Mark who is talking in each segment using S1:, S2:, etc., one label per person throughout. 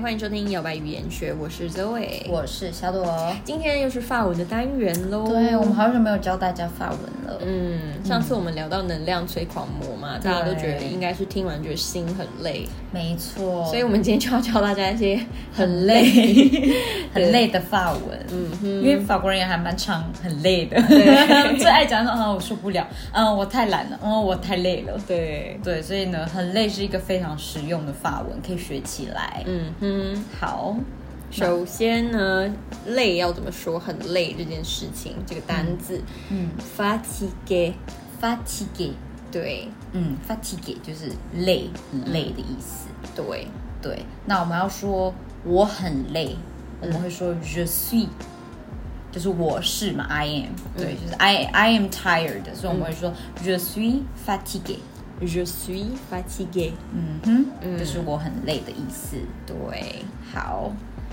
S1: 欢迎收听摇摆语言学，我是 Zoe，
S2: 我是小朵。哦
S1: 今天又是法文的单元喽。
S2: 对，我们好久没有教大家法文了。
S1: 哦嗯，上次我们聊到能量催狂魔嘛，大家都觉得
S2: 对
S1: 应该是听完觉得心很累，
S2: 没错，
S1: 所以我们今天就要教大家一些很累。
S2: 很累的法文。嗯哼，因为法国人也还蛮常很累的， 最爱讲说啊我受不了，嗯我太懒了，嗯我太累了。
S1: 对，
S2: 对，所以呢，很累是一个非常实用的法文，可以学起来。
S1: 嗯哼。
S2: 好，
S1: 首先呢，累要怎么说？很累这件事情，这个单字，
S2: 嗯
S1: ，fatigue，
S2: ，fatigue，
S1: 对
S2: 嗯，fatigue 就是累，很累的意思。
S1: 对，
S2: 对，那我们要说我很累，我们会说 je suis，就是我是嘛，I am，对，就是 I I am tired，所以我们会说 je suis fatigué，
S1: Je suis fatigué。
S2: 嗯哼，就是我很累的意思。
S1: 对，
S2: 好，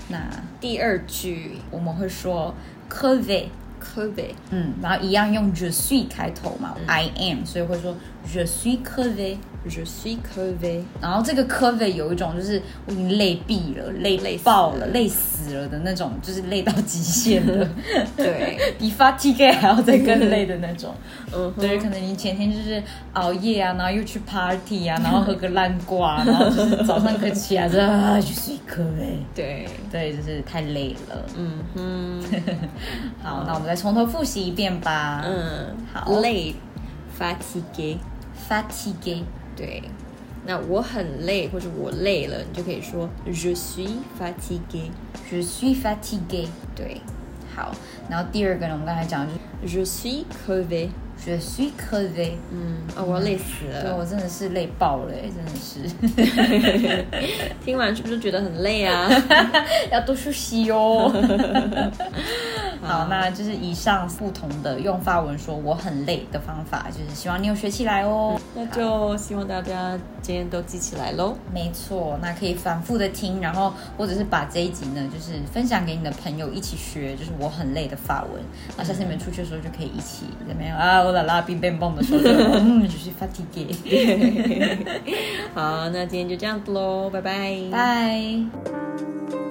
S2: 那
S1: 第二句
S2: 我们会说 crevé，
S1: crevé。
S2: 嗯，然后一样用 je suis 开头嘛、i am，所以会说 je suis crevé。
S1: Je suis crevé，
S2: 然后这个 cover 有一种就是我已经累毙了、
S1: 累
S2: 累
S1: 死
S2: 爆
S1: 了
S2: 了、累死了的那种，就是累到极限了，
S1: 对，
S2: 比 fatigue 还要再更累的那种。
S1: 嗯哼，
S2: 对，可能你前天就是熬夜啊，然后又去 party 啊，然后喝个烂瓜，然后就是早上可起来就啊去睡瞌呗。
S1: 对，
S2: 对，就是太累了。
S1: 嗯哼，
S2: 好，那我们再从头复习一遍吧。
S1: 嗯，
S2: 好
S1: 累，fatigué，
S2: ，fatigue，
S1: 对。那我很累，或者我累了，你就可以说 Je suis fatigué，
S2: je suis fatigué。
S1: 对
S2: 好，然后第二个呢，我们刚才讲的
S1: ，Je suis crevé，
S2: 就是 je suis crevé。
S1: 嗯，啊、我要累死
S2: 对，
S1: 了。
S2: 我真的是累爆了、欸，真的是
S1: 嗯听完是不是觉得很累啊？
S2: 要多休息哦。好，那就是以上不同的用法文说我很累的方法，就是希望你有学起来哦。
S1: 那就希望大家今天都记起来喽。
S2: 没错，那可以反复的听，然后或者是把这一集呢，就是分享给你的朋友一起学，就是我很累的法文。那下次你们出去的时候就可以一起怎么样啊？我啦啦冰冰棒的时候就，嗯，就是 fatigue。
S1: 好，那今天就这样子喽，拜拜，
S2: 拜。